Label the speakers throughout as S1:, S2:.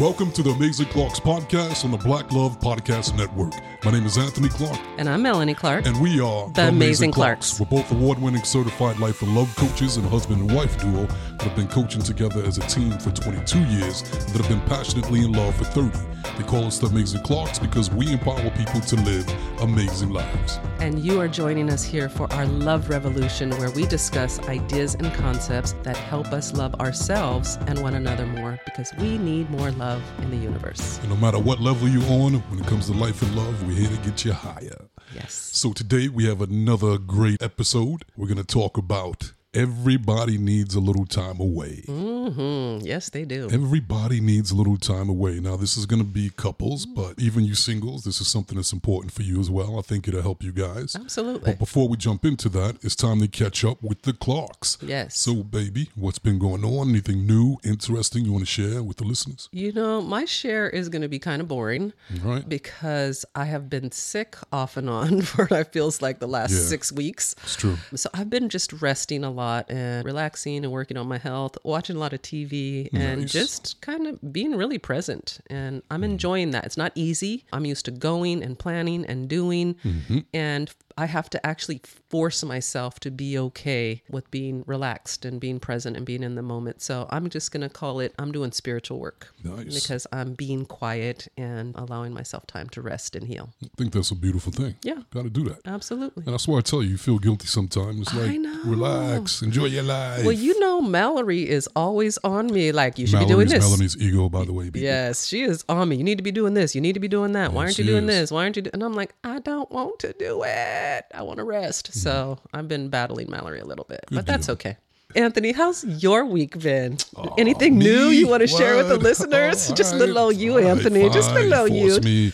S1: Welcome to the Amazing Clocks podcast on the Black Love Podcast Network. My name is Anthony Clark,
S2: And I'm Melanie Clark.
S1: and we are
S2: The Amazing Clarks.
S1: We're both award winning certified life and love coaches and husband and wife duo that have been coaching together as a team for 22 years and that have been passionately in love for 30. They call us the Amazing Clarks because we empower people to live amazing lives.
S2: And you are joining us here for our Love Revolution, where we discuss ideas and concepts that help us love ourselves and one another more because we need more love in the universe.
S1: And no matter what level you're on, when it comes to life and love, we're here to get you higher.
S2: Yes.
S1: So today we have another great episode. We're going to talk about everybody needs a little time away.
S2: hmm Yes, they do.
S1: Everybody needs a little time away. Now this is going to be couples,
S2: Mm-hmm.
S1: but even you singles, this is something that's important for you as well. I think it'll help you guys.
S2: Oh. Absolutely.
S1: Before we jump into that, it's time to catch up with the clocks.
S2: Yes.
S1: So baby, what's been going on? Anything new, interesting you want to share with the listeners?
S2: You know, my share is going to be kind of boring
S1: All right.
S2: because I have been sick off and on for I feels like the last
S1: Yeah.
S2: six weeks.
S1: It's true.
S2: So I've been just resting a lot and relaxing and working on my health, watching a lot of TV and
S1: Nice. Mm.
S2: just kind of being really present. And I'm enjoying that. It's not easy. I'm used to going and planning and doing.
S1: Mm-hmm.
S2: And I have to actually force myself to be okay with being relaxed and being present and being in the moment. So I'm just going to call it I'm doing spiritual work
S1: Nice.
S2: because I'm being quiet and allowing myself time to rest and heal.
S1: I think that's a beautiful thing.
S2: Yeah.
S1: Got to do that.
S2: Absolutely.
S1: And that's why I tell you, you feel guilty sometimes. It's
S2: I
S1: like,
S2: know.
S1: relax, enjoy your life.
S2: Well, you know, Mallory is always on me. Like, you should be doing
S1: Mallory's
S2: this.
S1: Melanie's ego, by the way. people.
S2: Yes, she is on me. You need to be doing this. You need to be doing that. Why
S1: Yes,
S2: aren't you
S1: she
S2: doing
S1: is.
S2: this? Why aren't you? Do-? And I'm like, I don't want to do it. I want to rest.
S1: Mm-hmm.
S2: So I've been battling Mallory a little bit, but that's okay. Anthony, how's your week been? Anything new
S1: Me?
S2: you want to share with the
S1: What?
S2: listeners?
S1: All
S2: Just
S1: right,
S2: little old you,
S1: all right,
S2: Anthony. Just
S1: fine,
S2: little old
S1: force
S2: you.
S1: Me.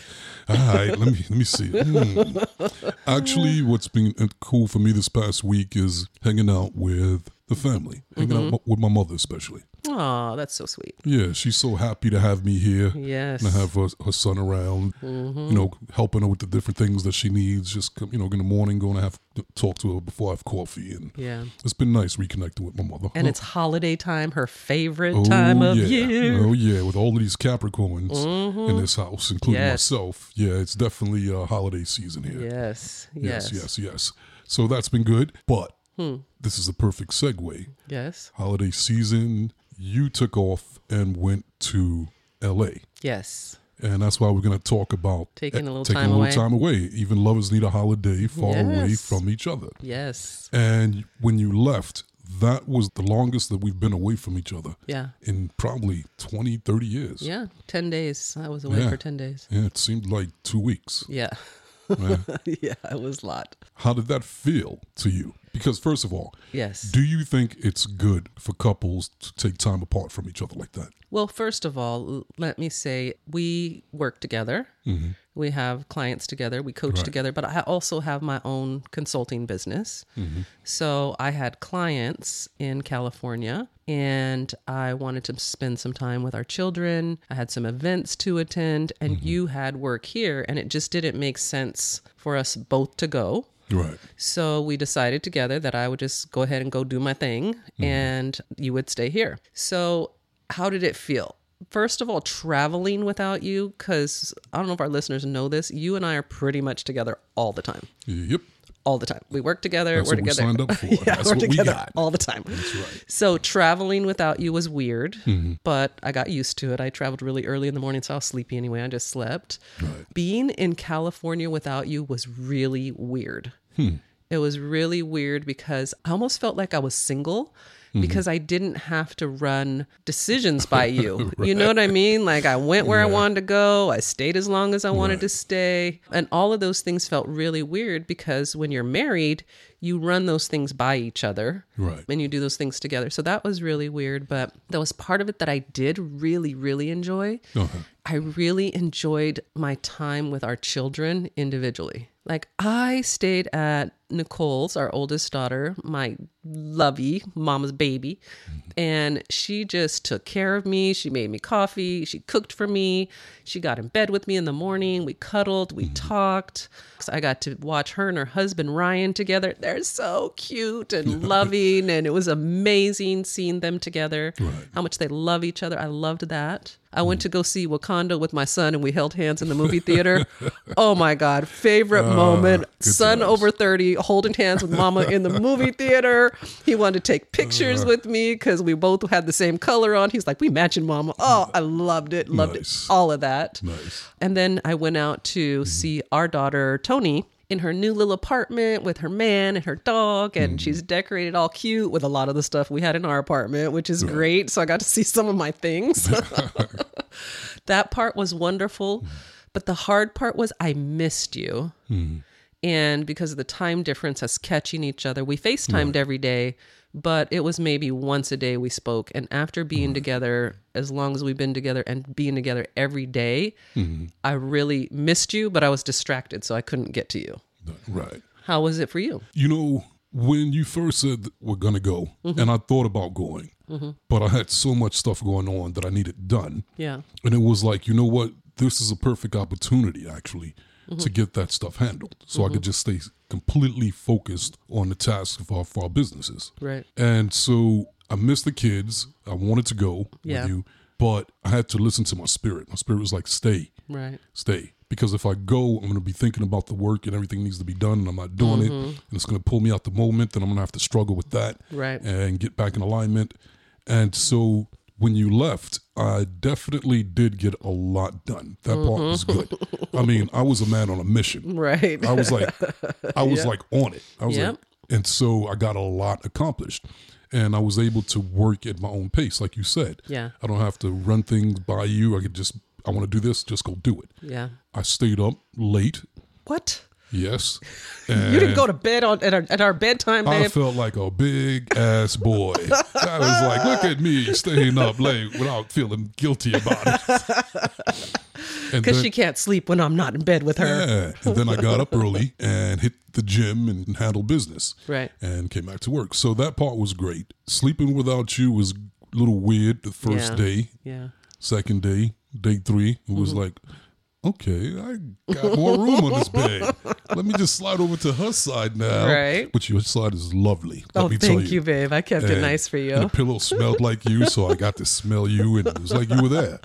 S1: All right, let me let me see. Hmm. Actually, what's been uh, cool for me this past week is hanging out with the family, hanging
S2: Mm-hmm.
S1: out with my mother especially.
S2: Aw, that's so sweet.
S1: Yeah, she's so happy to have me here.
S2: Yes.
S1: And to have her, her son around,
S2: Mm-hmm.
S1: you know, helping her with the different things that she needs. Just come, you know, in the morning, going to have to talk to her before I have coffee, and
S2: Yeah.
S1: it's been nice reconnecting with my mother.
S2: And it's holiday time, her favorite time of
S1: Oh. yeah.
S2: year. Mm-hmm.
S1: Oh yeah, with all of these Capricorns in this house, including
S2: Yes.
S1: myself. Yeah, it's definitely uh, holiday season here.
S2: Yes, yes, Hmm.
S1: yes, yes, yes. So that's been good, but this is the perfect segue.
S2: yes,
S1: Holiday season, you took off and went to L.A.
S2: yes.
S1: And that's why we're going to talk about
S2: Taking a little
S1: taking
S2: time
S1: a little
S2: away.
S1: time away. Even lovers need a holiday far away
S2: Yes.
S1: from each other.
S2: Yes.
S1: And when you left, that was the longest that we've been away from each other
S2: Yeah.
S1: in probably 20, 30 years.
S2: Yeah. 10 days. I was away
S1: Yeah.
S2: for 10 days.
S1: Yeah, it seemed like two weeks.
S2: Yeah.
S1: Yeah.
S2: yeah. It was a lot.
S1: How did that feel to you? Because, first of all,
S2: Yes.
S1: do you think it's good for couples to take time apart from each other like that?
S2: Well, first of all, l- let me say we work together. We have clients together. We coach together, but I also have my own consulting business. So I had clients in California and I wanted to spend some time with our children. I had some events to attend, and you had work here, and it just didn't make sense for us both to go.
S1: Right.
S2: So we decided together that I would just go ahead and go do my thing
S1: Mm-hmm.
S2: and you would stay here. So, how did it feel? First of all, traveling without you, because I don't know if our listeners know this, you and I are pretty much together all the time.
S1: Yep.
S2: All the time. We work together.
S1: That's
S2: we're
S1: what we
S2: together.
S1: signed up for.
S2: yeah,
S1: That's
S2: we're
S1: what we
S2: together
S1: got.
S2: all the time. That's right. So traveling without you was weird,
S1: Mm-hmm.
S2: but I got used to it. I traveled really early in the morning, so I was sleepy anyway. I just slept.
S1: Right.
S2: Being in California without you was really weird. It was really weird because I almost felt like I was single because I didn't have to run decisions by you. You know what I mean? Like I went where I wanted to go, I stayed as long as I wanted to stay. And all of those things felt really weird because when you're married, you run those things by each other
S1: Right.
S2: and you do those things together. So that was really weird, but that was part of it that I did really, really enjoy.
S1: Uh-huh.
S2: I really enjoyed my time with our children individually. Like I stayed at Nicole's, our oldest daughter, my lovey, mama's baby. And she just took care of me. She made me coffee. She cooked for me. She got in bed with me in the morning. We cuddled. We
S1: Mm-hmm.
S2: talked. So I got to watch her and her husband, Ryan, together. They're so cute and loving. And it was amazing seeing them together, how much they love each other. I loved that. I went
S1: Mm.
S2: to go see Wakanda with my son and we held hands in the movie theater. oh my God, favorite moment.
S1: Ah, good
S2: Son
S1: times.
S2: over 30 holding hands with mama in the movie theater. He wanted to take
S1: Ah.
S2: pictures with me because we both had the same color on. He's like, we matching mama. Oh, I loved it. Loved
S1: Mm. Nice.
S2: it. All of that.
S1: Nice.
S2: And then I went out to see our daughter, Tony. In her new little apartment with her man and her dog, and she's decorated all cute with a lot of the stuff we had in our apartment, which is great. So I got to see some of my things. that part was wonderful. But the hard part was I missed you. And because of the time difference, us catching each other, we FaceTimed every day, but it was maybe once a day we spoke. And after being together, as long as we've been together and being together every day,
S1: Mm-hmm.
S2: I really missed you, but I was distracted, so I couldn't get to you.
S1: Right.
S2: How was it for you?
S1: You know, when you first said that we're going to go,
S2: Mm-hmm.
S1: and I thought about going, but I had so much stuff going on that I needed done.
S2: Yeah.
S1: And it was like, you know what? This is a perfect opportunity, actually,
S2: Mm-hmm.
S1: to get that stuff handled. So I could just stay completely focused on the task of our, for our businesses.
S2: Right.
S1: And so I missed the kids. I wanted to go
S2: Yeah.
S1: with you, but I had to listen to my spirit. My spirit was like, stay,
S2: Right.
S1: stay. Because if I go, I'm going to be thinking about the work and everything needs to be done, and I'm not doing it.
S2: Mm-hmm.
S1: And it's going to pull me out the moment, and I'm going to have to struggle with that
S2: Right.
S1: and get back in alignment. And so when you left, I definitely did get a lot done. That part was good. I mean, I was a man on a mission.
S2: Mm-hmm. Right.
S1: I was like, I was like on it. I was
S2: Yep.
S1: like, and so I got a lot accomplished, and I was able to work at my own pace, like you said.
S2: Yeah.
S1: I don't have to run things by you. I could just, I want to do this, just go do it.
S2: yeah.
S1: I stayed up late.
S2: What?
S1: Yes,
S2: You didn't go to bed on at our, at our bedtime,
S1: Uh, I
S2: babe.
S1: felt like a big ass boy. I was like, look at me staying up late without feeling guilty about it. And
S2: Because
S1: then,
S2: she can't sleep when I'm not in bed with her.
S1: yeah. and then I got up early and hit the gym and handled business.
S2: Right.
S1: And came back to work. So that part was great. Sleeping without you was a little weird the first
S2: Yeah.
S1: day,
S2: Yeah.
S1: second day, day three. It
S2: Mm-hmm.
S1: was like, okay, I got more room on this bed. Let me just slide over to her side now.
S2: Right.
S1: Which your side is lovely. Let
S2: oh,
S1: me
S2: thank
S1: tell Uh,
S2: you. babe. I kept it
S1: and-
S2: nice for
S1: and the
S2: you.
S1: pillow smelled like you, so I got to smell you, and it was like you were there.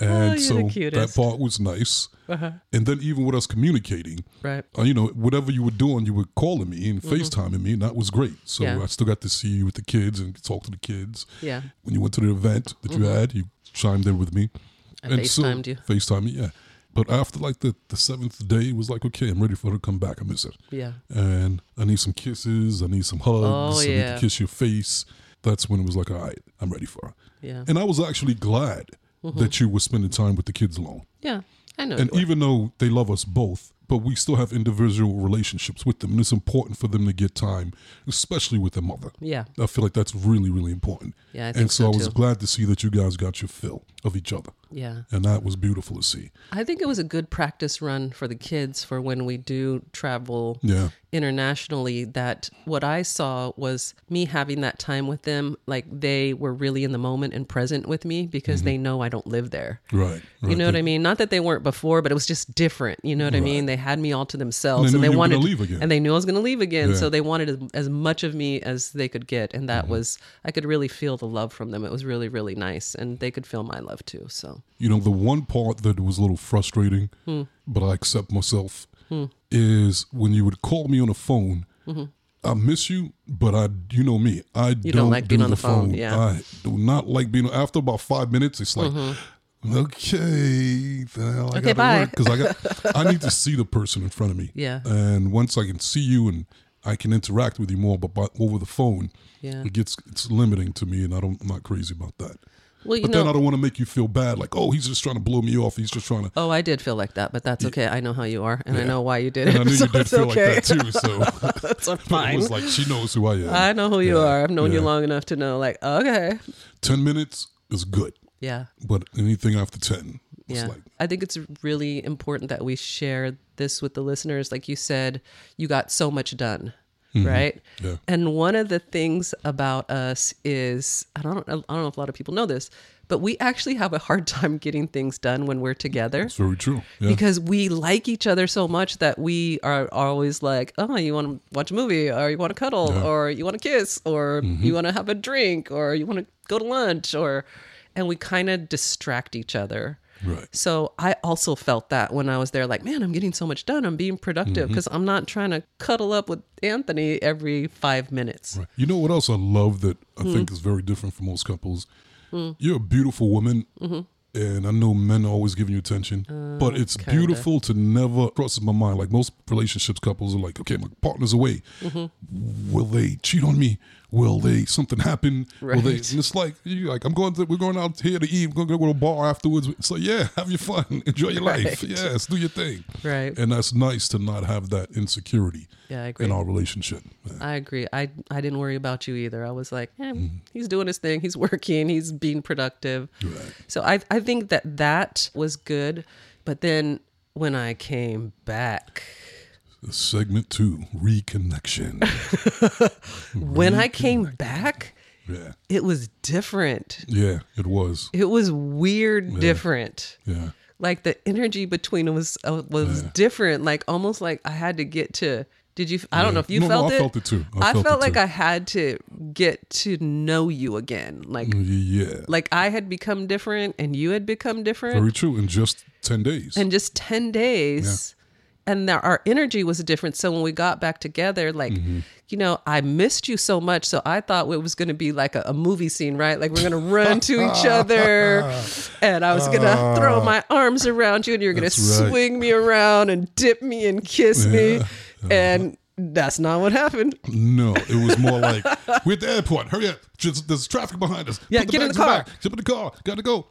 S1: And
S2: Oh, you're the
S1: so that
S2: cutest. Uh-huh.
S1: part was nice. And then even with us communicating,
S2: Right.
S1: uh, you know, whatever you were doing, you were calling me and FaceTiming me, and that was great. So
S2: Mm-hmm. Yeah.
S1: I still got to see you with the kids and talk to the kids.
S2: Yeah.
S1: When you went to the event that you had, you chimed in with me.
S2: I Mm-hmm. FaceTimed you.
S1: FaceTime me, yeah. But after like the, the seventh day, it was like, okay, I'm ready for her to come back. I miss it
S2: Yeah.
S1: and I need some kisses. I need some hugs.
S2: Oh,
S1: I need
S2: yeah.
S1: to kiss your face. That's when it was like, all right, I'm ready for her.
S2: Yeah.
S1: And I was actually glad
S2: Mm-hmm.
S1: that you were spending time with the kids alone.
S2: Yeah. I know.
S1: And
S2: you were.
S1: even though they love us both, but we still have individual relationships with them. And it's important for them to get time, especially with their mother.
S2: yeah.
S1: I feel like that's really, really important.
S2: Yeah, I
S1: and
S2: think
S1: so,
S2: so,
S1: I was
S2: too.
S1: glad to see that you guys got your fill of each other.
S2: Yeah.
S1: And that was beautiful to see.
S2: I think it was a good practice run for the kids for when we do travel
S1: Yeah.
S2: internationally. That what I saw was me having that time with them, like they were really in the moment and present with me
S1: Mm-hmm.
S2: because they know I don't live there.
S1: Right. right.
S2: You know what I mean? Not that they weren't before, but it was just different. You know what I mean? They had me all to themselves,
S1: And
S2: and
S1: they
S2: they,
S1: knew you were
S2: wanted,
S1: gonna leave again.
S2: and they knew I was going to leave again.
S1: Yeah. Mm-hmm.
S2: So they wanted as, as much of me as they could get, and that was I could really feel the love from them. It was really, really nice, and they could feel my love too. So
S1: You know, the one part that was a little frustrating,
S2: Hmm.
S1: but I accept myself, is when you would call me on the phone.
S2: Mm-hmm.
S1: I miss you, but I, you know me, I don't,
S2: like
S1: do
S2: being on the phone, yeah.
S1: I do not like being. After about five minutes, it's like, okay, well, I
S2: Mm-hmm. Okay,
S1: gotta
S2: bye.
S1: work 'cause I got, I need to see the person in front of me.
S2: Yeah.
S1: and once I can see you and I can interact with you more, but by, over the phone,
S2: Yeah.
S1: it gets it's limiting to me, and I don't, I'm not crazy about that.
S2: well, you
S1: But
S2: know,
S1: then I don't want to make you feel bad, like, oh, he's just trying to blow me off. He's just trying to.
S2: Oh, I did feel like that, but that's okay. I know how you are, and I know why you did
S1: And
S2: it.
S1: I knew
S2: so
S1: you did
S2: it's
S1: feel
S2: okay.
S1: like that too. So
S2: that's all
S1: but it
S2: fine.
S1: was like, she knows who I am.
S2: I know who you are. I've known
S1: yeah.
S2: you long enough to know, like, okay,
S1: 10 minutes is good,
S2: yeah,
S1: but anything after 10 looks
S2: yeah.
S1: like.
S2: I think it's really important that we share this with the listeners. Like you said, you got so much done, right?
S1: Mm-hmm. Yeah.
S2: And one of the things about us is I don't I don't know if a lot of people know this, but we actually have a hard time getting things done when we're together
S1: It's very true. Yeah.
S2: because we like each other so much that we are, are always like, oh, you want to watch a movie, or you want to cuddle,
S1: Yeah. Mm-hmm.
S2: or you want to kiss, or you want to have a drink, or you want to go to lunch, or, and we kind of distract each other.
S1: Right.
S2: So I also felt that when I was there, like, man, I'm getting so much done. I'm being productive
S1: Mm-hmm.
S2: because I'm not trying to cuddle up with Anthony every five minutes.
S1: Right. You know what else I love that I
S2: Hmm.
S1: think is very different for most couples? You're a beautiful woman,
S2: Mm-hmm.
S1: and I know men are always giving you attention, but
S2: Uh,
S1: it's beautiful to never crosses my mind. Like most relationships, couples are like, okay, my partner's away.
S2: Mm-hmm.
S1: Will they cheat on me? Will they something happen? Will they?
S2: Right.
S1: And it's like you like I'm going to we're going out here to eat. We're going to go to a bar afterwards. So yeah, have your fun, enjoy your life.
S2: Right.
S1: Yes, do your thing.
S2: Right.
S1: And that's nice to not have that insecurity
S2: Yeah, I agree.
S1: in our relationship. Yeah.
S2: I agree. I I didn't worry about you either. I was like, eh,
S1: Mm-hmm.
S2: he's doing his thing. He's working. He's being productive.
S1: Right.
S2: So I I think that that was good. But then when I came back,
S1: Segment two, reconnection. Mm-hmm.
S2: when I came back,
S1: yeah.
S2: it was different.
S1: Yeah, it was.
S2: It was weird, different.
S1: Yeah.
S2: Like the energy between it was uh, was different. Like almost like I had to get to. Did you? I don't know if you
S1: No, no,
S2: felt
S1: I
S2: it.
S1: felt it too. I
S2: I,
S1: felt
S2: felt,
S1: it
S2: like
S1: too.
S2: I had to get to know you again.
S1: Mm.
S2: Like
S1: Yeah.
S2: like I had become different and you had become different
S1: Very true. In just 10 days.
S2: in just 10 days. And there, our energy was different. So when we got back together, like,
S1: Mm-hmm.
S2: you know, I missed you so much. So I thought it was going to be like a, a movie scene, right? Like we're going to run to each other and I was going to throw my arms around you and you're going to
S1: Ah. That's right.
S2: swing me around and dip me and kiss me. And that's not what happened.
S1: no, it was more like, we're at the airport. Hurry up. Just, there's traffic behind us.
S2: Yeah,
S1: Put
S2: get in
S1: bags
S2: the car.
S1: back. Jump in the car. Got to go.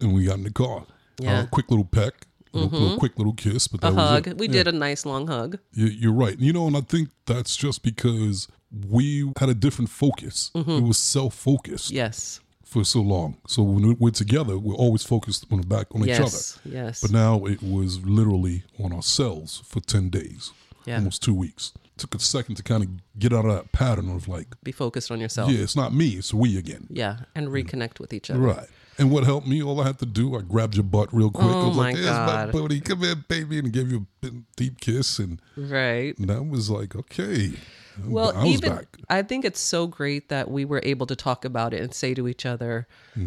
S1: And we got in the car.
S2: Yeah. Mm-hmm.
S1: Uh, quick little peck. A little, little quick little kiss. But that was
S2: Hug.
S1: it.
S2: We did a nice long hug.
S1: You- You're right. You know, and I think that's just because we had a different focus.
S2: Mm-hmm.
S1: It was self-focused.
S2: Yes.
S1: for so long. So when we're together, we're always focused on the back on each other.
S2: Yes. Yes.
S1: But now it was literally on ourselves for ten days,
S2: Yeah.
S1: almost two weeks. Took a second to kind of get out of that pattern of like,
S2: Be focused on yourself.
S1: yeah, it's not me, it's we again,
S2: Yeah, and reconnect with each other.
S1: right? And what helped me? All I had to do, I grabbed your butt real quick. I
S2: Oh
S1: was like,
S2: my
S1: "Here's my
S2: God.
S1: booty, come here, baby," and gave you a big, deep kiss, and
S2: Right.
S1: that was like, okay, I'm-
S2: Well,
S1: I was
S2: even
S1: back.
S2: I think it's so great that we were able to talk about it and say to each other,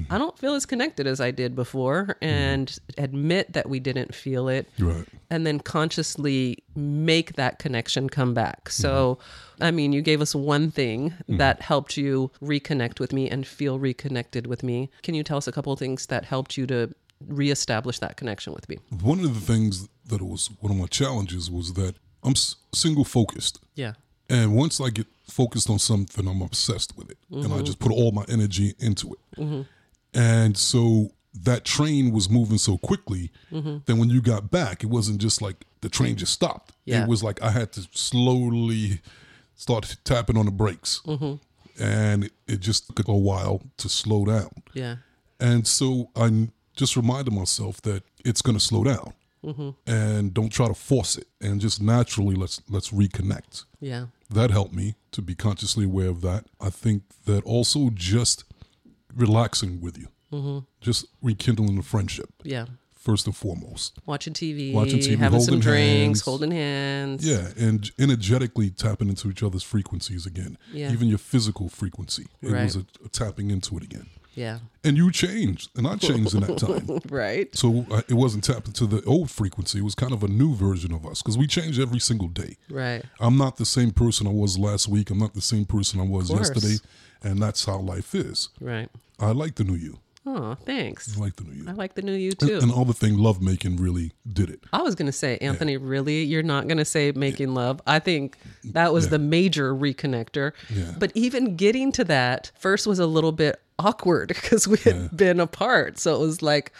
S2: I don't feel as connected as I did before, and admit that we didn't feel it.
S1: Right.
S2: And then consciously make that connection come back. So, I mean, you gave us one thing
S1: Mm-hmm.
S2: that helped you reconnect with me and feel reconnected with me. Can you tell us a couple of things that helped you to reestablish that connection with me?
S1: One of the things that was one of my challenges was that I'm s- single focused.
S2: Yeah.
S1: And once I get focused on something, I'm obsessed with it. And I just put all my energy into it. And so that train was moving so quickly that when you got back, it wasn't just like the train just stopped.
S2: Yeah.
S1: It was like I had to slowly start tapping on the brakes. And it just took a while to slow down.
S2: Yeah.
S1: And so I just reminded myself that it's going to slow down. And don't try to force it, and just naturally let's let's reconnect
S2: Yeah.
S1: that helped me to be consciously aware of that. I think that also just relaxing with you,
S2: Mm-hmm.
S1: just rekindling the friendship
S2: Yeah.
S1: first and foremost.
S2: watching TV,
S1: Watching TV,
S2: having some
S1: holding
S2: drinks,
S1: hands.
S2: holding hands.
S1: Yeah, and energetically tapping into each other's frequencies again,
S2: Yeah.
S1: even your physical frequency. It
S2: Right.
S1: was a, a tapping into it again.
S2: Yeah.
S1: And you changed, and I changed in that time.
S2: Right.
S1: So uh, it wasn't tapped into the old frequency. It was kind of a new version of us because we change every single day.
S2: Right.
S1: I'm not the same person I was last week. I'm not the same person I was
S2: course.
S1: yesterday. And that's how life is.
S2: Right.
S1: I like the new you.
S2: Oh, thanks.
S1: I like the new you.
S2: I like the new you
S1: And, and
S2: too.
S1: all the thing love making really did it.
S2: I was going to say, Anthony, really? You're not going to say making love. I think that was the major reconnector.
S1: Yeah.
S2: But even getting to that first was a little bit awkward because we had been apart. So it was like,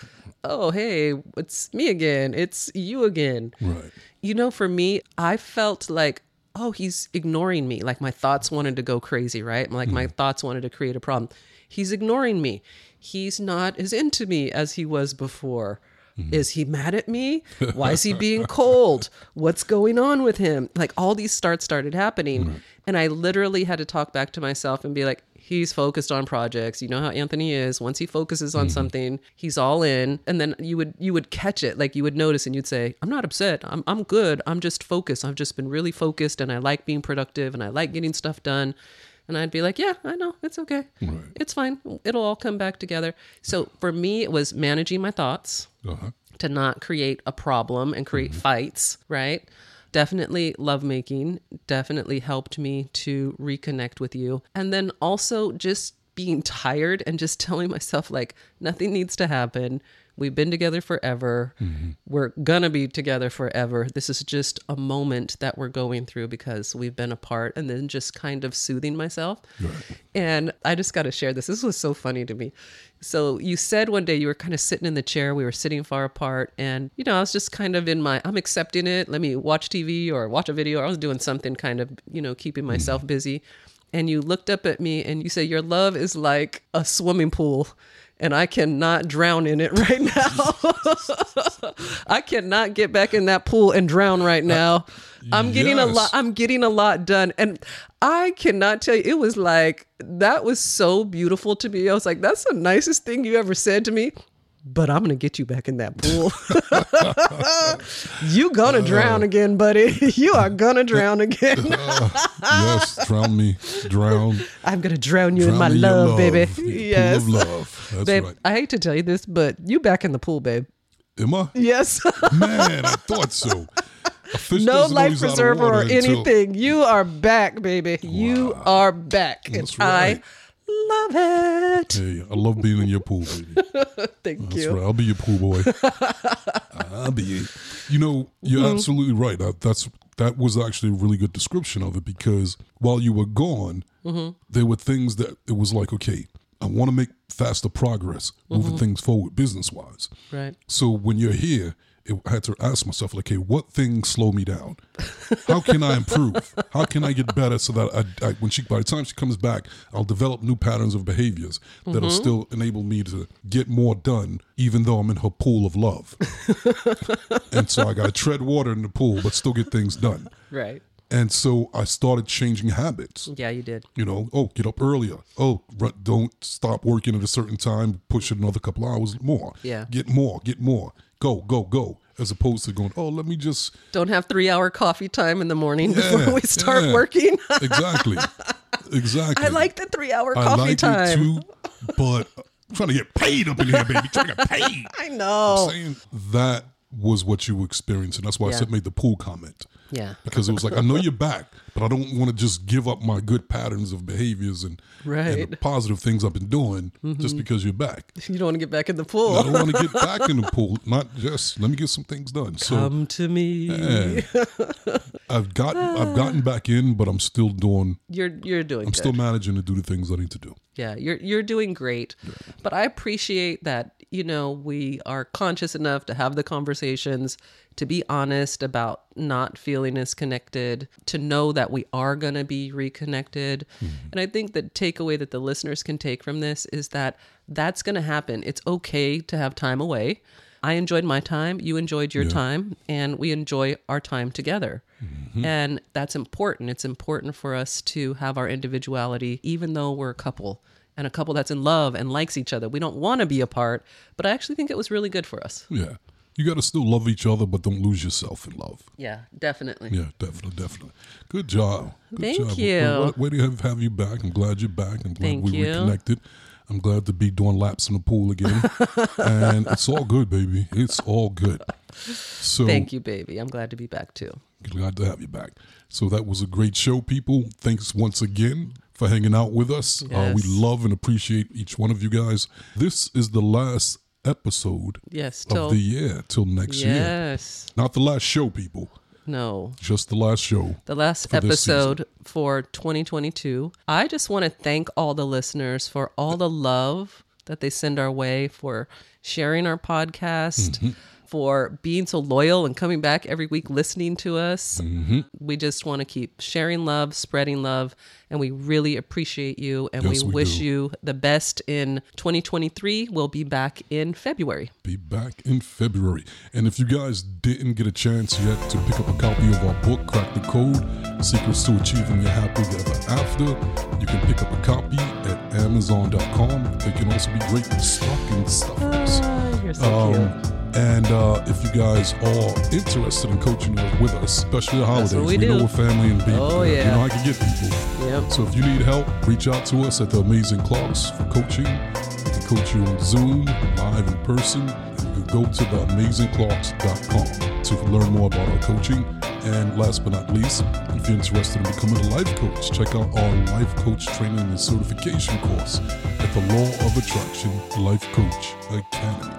S2: oh, hey, it's me again. It's you again.
S1: Right.
S2: You know, for me, I felt like, oh, he's ignoring me. Like my thoughts wanted to go crazy, right? Like my thoughts wanted to create a problem. He's ignoring me. He's not as into me as he was before. Is he mad at me? Why is he being cold? What's going on with him? Like all these starts started happening. And I literally had to talk back to myself and be like, he's focused on projects. You know how Anthony is. Once he focuses on something, he's all in. And then you would you would catch it. Like you would notice and you'd say, I'm not upset. I'm I'm good. I'm just focused. I've just been really focused and I like being productive and I like getting stuff done. And I'd be like, yeah, I know. It's okay. It's fine. It'll all come back together. So for me, it was managing my thoughts
S1: Uh-huh.
S2: to not create a problem and create fights, right? Definitely lovemaking definitely helped me to reconnect with you. And then also just being tired and just telling myself, like, nothing needs to happen. We've been together forever. We're going to be together forever. This is just a moment that we're going through because we've been apart. And then just kind of soothing myself. And I just got to share this. This was so funny to me. So you said one day you were kind of sitting in the chair. We were sitting far apart, and you know I was just kind of in my I'm accepting it. Let me watch TV or watch a video. I was doing something kind of you know keeping myself busy. And you looked up at me and you said, "Your love is like a swimming pool." And I cannot drown in it right now. I cannot get back in that pool and drown right now. I'm getting a
S1: Uh, yes.
S2: lot. I'm getting a lot done. And I cannot tell you, it was like, that was so beautiful to me. I was like, that's the nicest thing you ever said to me. But I'm gonna get you back in that pool. you
S1: Uh,
S2: gonna drown again, buddy. You are gonna drown again.
S1: yes, drown me, drown.
S2: I'm gonna drown you
S1: drown
S2: in my
S1: me in your
S2: love, baby.
S1: Your pool
S2: Yes,
S1: of love. That's
S2: babe.
S1: right.
S2: I hate to tell you this, but you back in the pool, babe.
S1: Am I?
S2: Yes,
S1: Man, I thought so. A fish
S2: no
S1: doesn't know
S2: life
S1: he's out of
S2: preserver or
S1: water until-
S2: anything. You are back, baby. You are back, and
S1: That's right.
S2: I love it.
S1: Hey, I love being in your pool, baby.
S2: Thank
S1: That's
S2: you.
S1: right. I'll be your pool boy. I'll be it. You know, you're
S2: Mm-hmm.
S1: absolutely right. That, that's that was actually a really good description of it because while you were gone,
S2: Mm-hmm.
S1: there were things that it was like, okay, I want to make faster progress,
S2: Mm-hmm.
S1: moving things forward business wise.
S2: Right.
S1: So when you're here, it, I had to ask myself, like, okay, what things slow me down? How can I improve? How can I get better so that I, I, when she, by the time she comes back, I'll develop new patterns of behaviors that'll still enable me to get more done, even though I'm in her pool of love. and so I got to tread water in the pool, but still get things done.
S2: Right.
S1: And so I started changing habits.
S2: Yeah, you did.
S1: You know, oh, get up earlier. Oh, ru- don't stop working at a certain time. Push it another couple hours more.
S2: Yeah.
S1: Get more, get more. Go, go, go. As opposed to going, oh, let me just.
S2: Don't have three hour coffee time in the morning
S1: Yeah,
S2: before we start
S1: yeah.
S2: working.
S1: Exactly. exactly.
S2: I like the three hour
S1: I
S2: coffee
S1: like it
S2: time.
S1: too, but I'm trying to get paid up in here, baby. Trying to get paid.
S2: I know.
S1: Saying that was what you were experiencing. That's why I
S2: Yeah.
S1: said made the pool comment.
S2: Yeah.
S1: Because it was like, I know you're back, but I don't want to just give up my good patterns of behaviors and, and the
S2: Right. Mm-hmm.
S1: positive things I've been doing just because you're back.
S2: You don't want to get back in the
S1: I
S2: pool.
S1: don't want to get back in the pool. Not just let me get some things done. So
S2: Come to me.
S1: yeah. I've got I've gotten back in, but I'm still doing.
S2: You're you're doing
S1: I'm
S2: good.
S1: still managing to do the things I need to do.
S2: yeah, you're you're doing great. But I appreciate that, you know, we are conscious enough to have the conversations, to be honest about not feeling as connected, to know that we are going to be reconnected. And I think the takeaway that the listeners can take from this is that that's going to happen. It's okay to have time away. I enjoyed my time, you enjoyed your time, and we enjoy our time together.
S1: Mm-hmm.
S2: And that's important. It's important for us to have our individuality, even though we're a couple and a couple that's in love and likes each other. We don't want to be apart, but I actually think it was really good for us.
S1: Yeah, you got to still love each other, but don't lose yourself in love.
S2: Yeah, definitely.
S1: Yeah, definitely, definitely. Good job. Good
S2: Thank
S1: job.
S2: you.
S1: Well, Way to have, have you back. I'm glad you're back. I'm glad
S2: Thank
S1: we
S2: you.
S1: reconnected. I'm glad to be doing laps in the pool again. and it's all good, baby. It's all good. So
S2: Thank you, baby. I'm glad to be back too.
S1: Glad to have you back. So that was a great show, people. Thanks once again for hanging out with us. Uh, we
S2: Yes.
S1: love and appreciate each one of you guys. This is the last episode
S2: Yes,
S1: of
S2: till
S1: the year till next year.
S2: yes.
S1: Not the last show, people.
S2: No.
S1: Just the last show.
S2: the last
S1: for this season.
S2: episode for 2022. I just want to thank all the listeners for
S1: Mm-hmm.
S2: all the love that they send our way for sharing our podcast. for being so loyal and coming back every week listening to us.
S1: hmm
S2: We just want to keep sharing love, spreading love, and we really appreciate you. And
S1: Yes,
S2: we,
S1: we
S2: wish
S1: do.
S2: you the best in 2023. We'll be back in February.
S1: Be back in February. And if you guys didn't get a chance yet to pick up a copy of our book, Crack the Code Secrets to Achieving Your Happy Ever After, you can pick up a copy at Amazon.com. They can also be great stocking stuffers.
S2: you're so
S1: Um, and uh, if you guys are interested in coaching with us, especially the holidays,
S2: what we
S1: know
S2: do.
S1: we're family and people.
S2: Oh,
S1: You
S2: yeah.
S1: know, I can get people.
S2: Yep.
S1: So if you need help, reach out to us at the Amazing Clarks for coaching. We can coach you on Zoom, live in person. And you can go to theamazingclarks.com to learn more about our coaching. And last but not least, if you're interested in becoming a life coach, check out our life coach training and certification course at the Law of Attraction Life Coach Academy.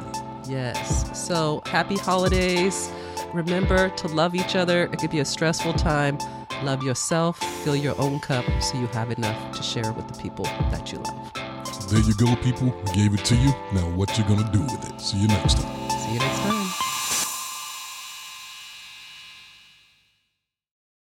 S2: Yes. So happy holidays. Remember to love each other. It could be a stressful time. Love yourself. Fill your own cup so you have enough to share with the people that you love.
S1: So there you go, people. We gave it to you. Now, what you gonna do with it? See you next time.
S2: See you next time.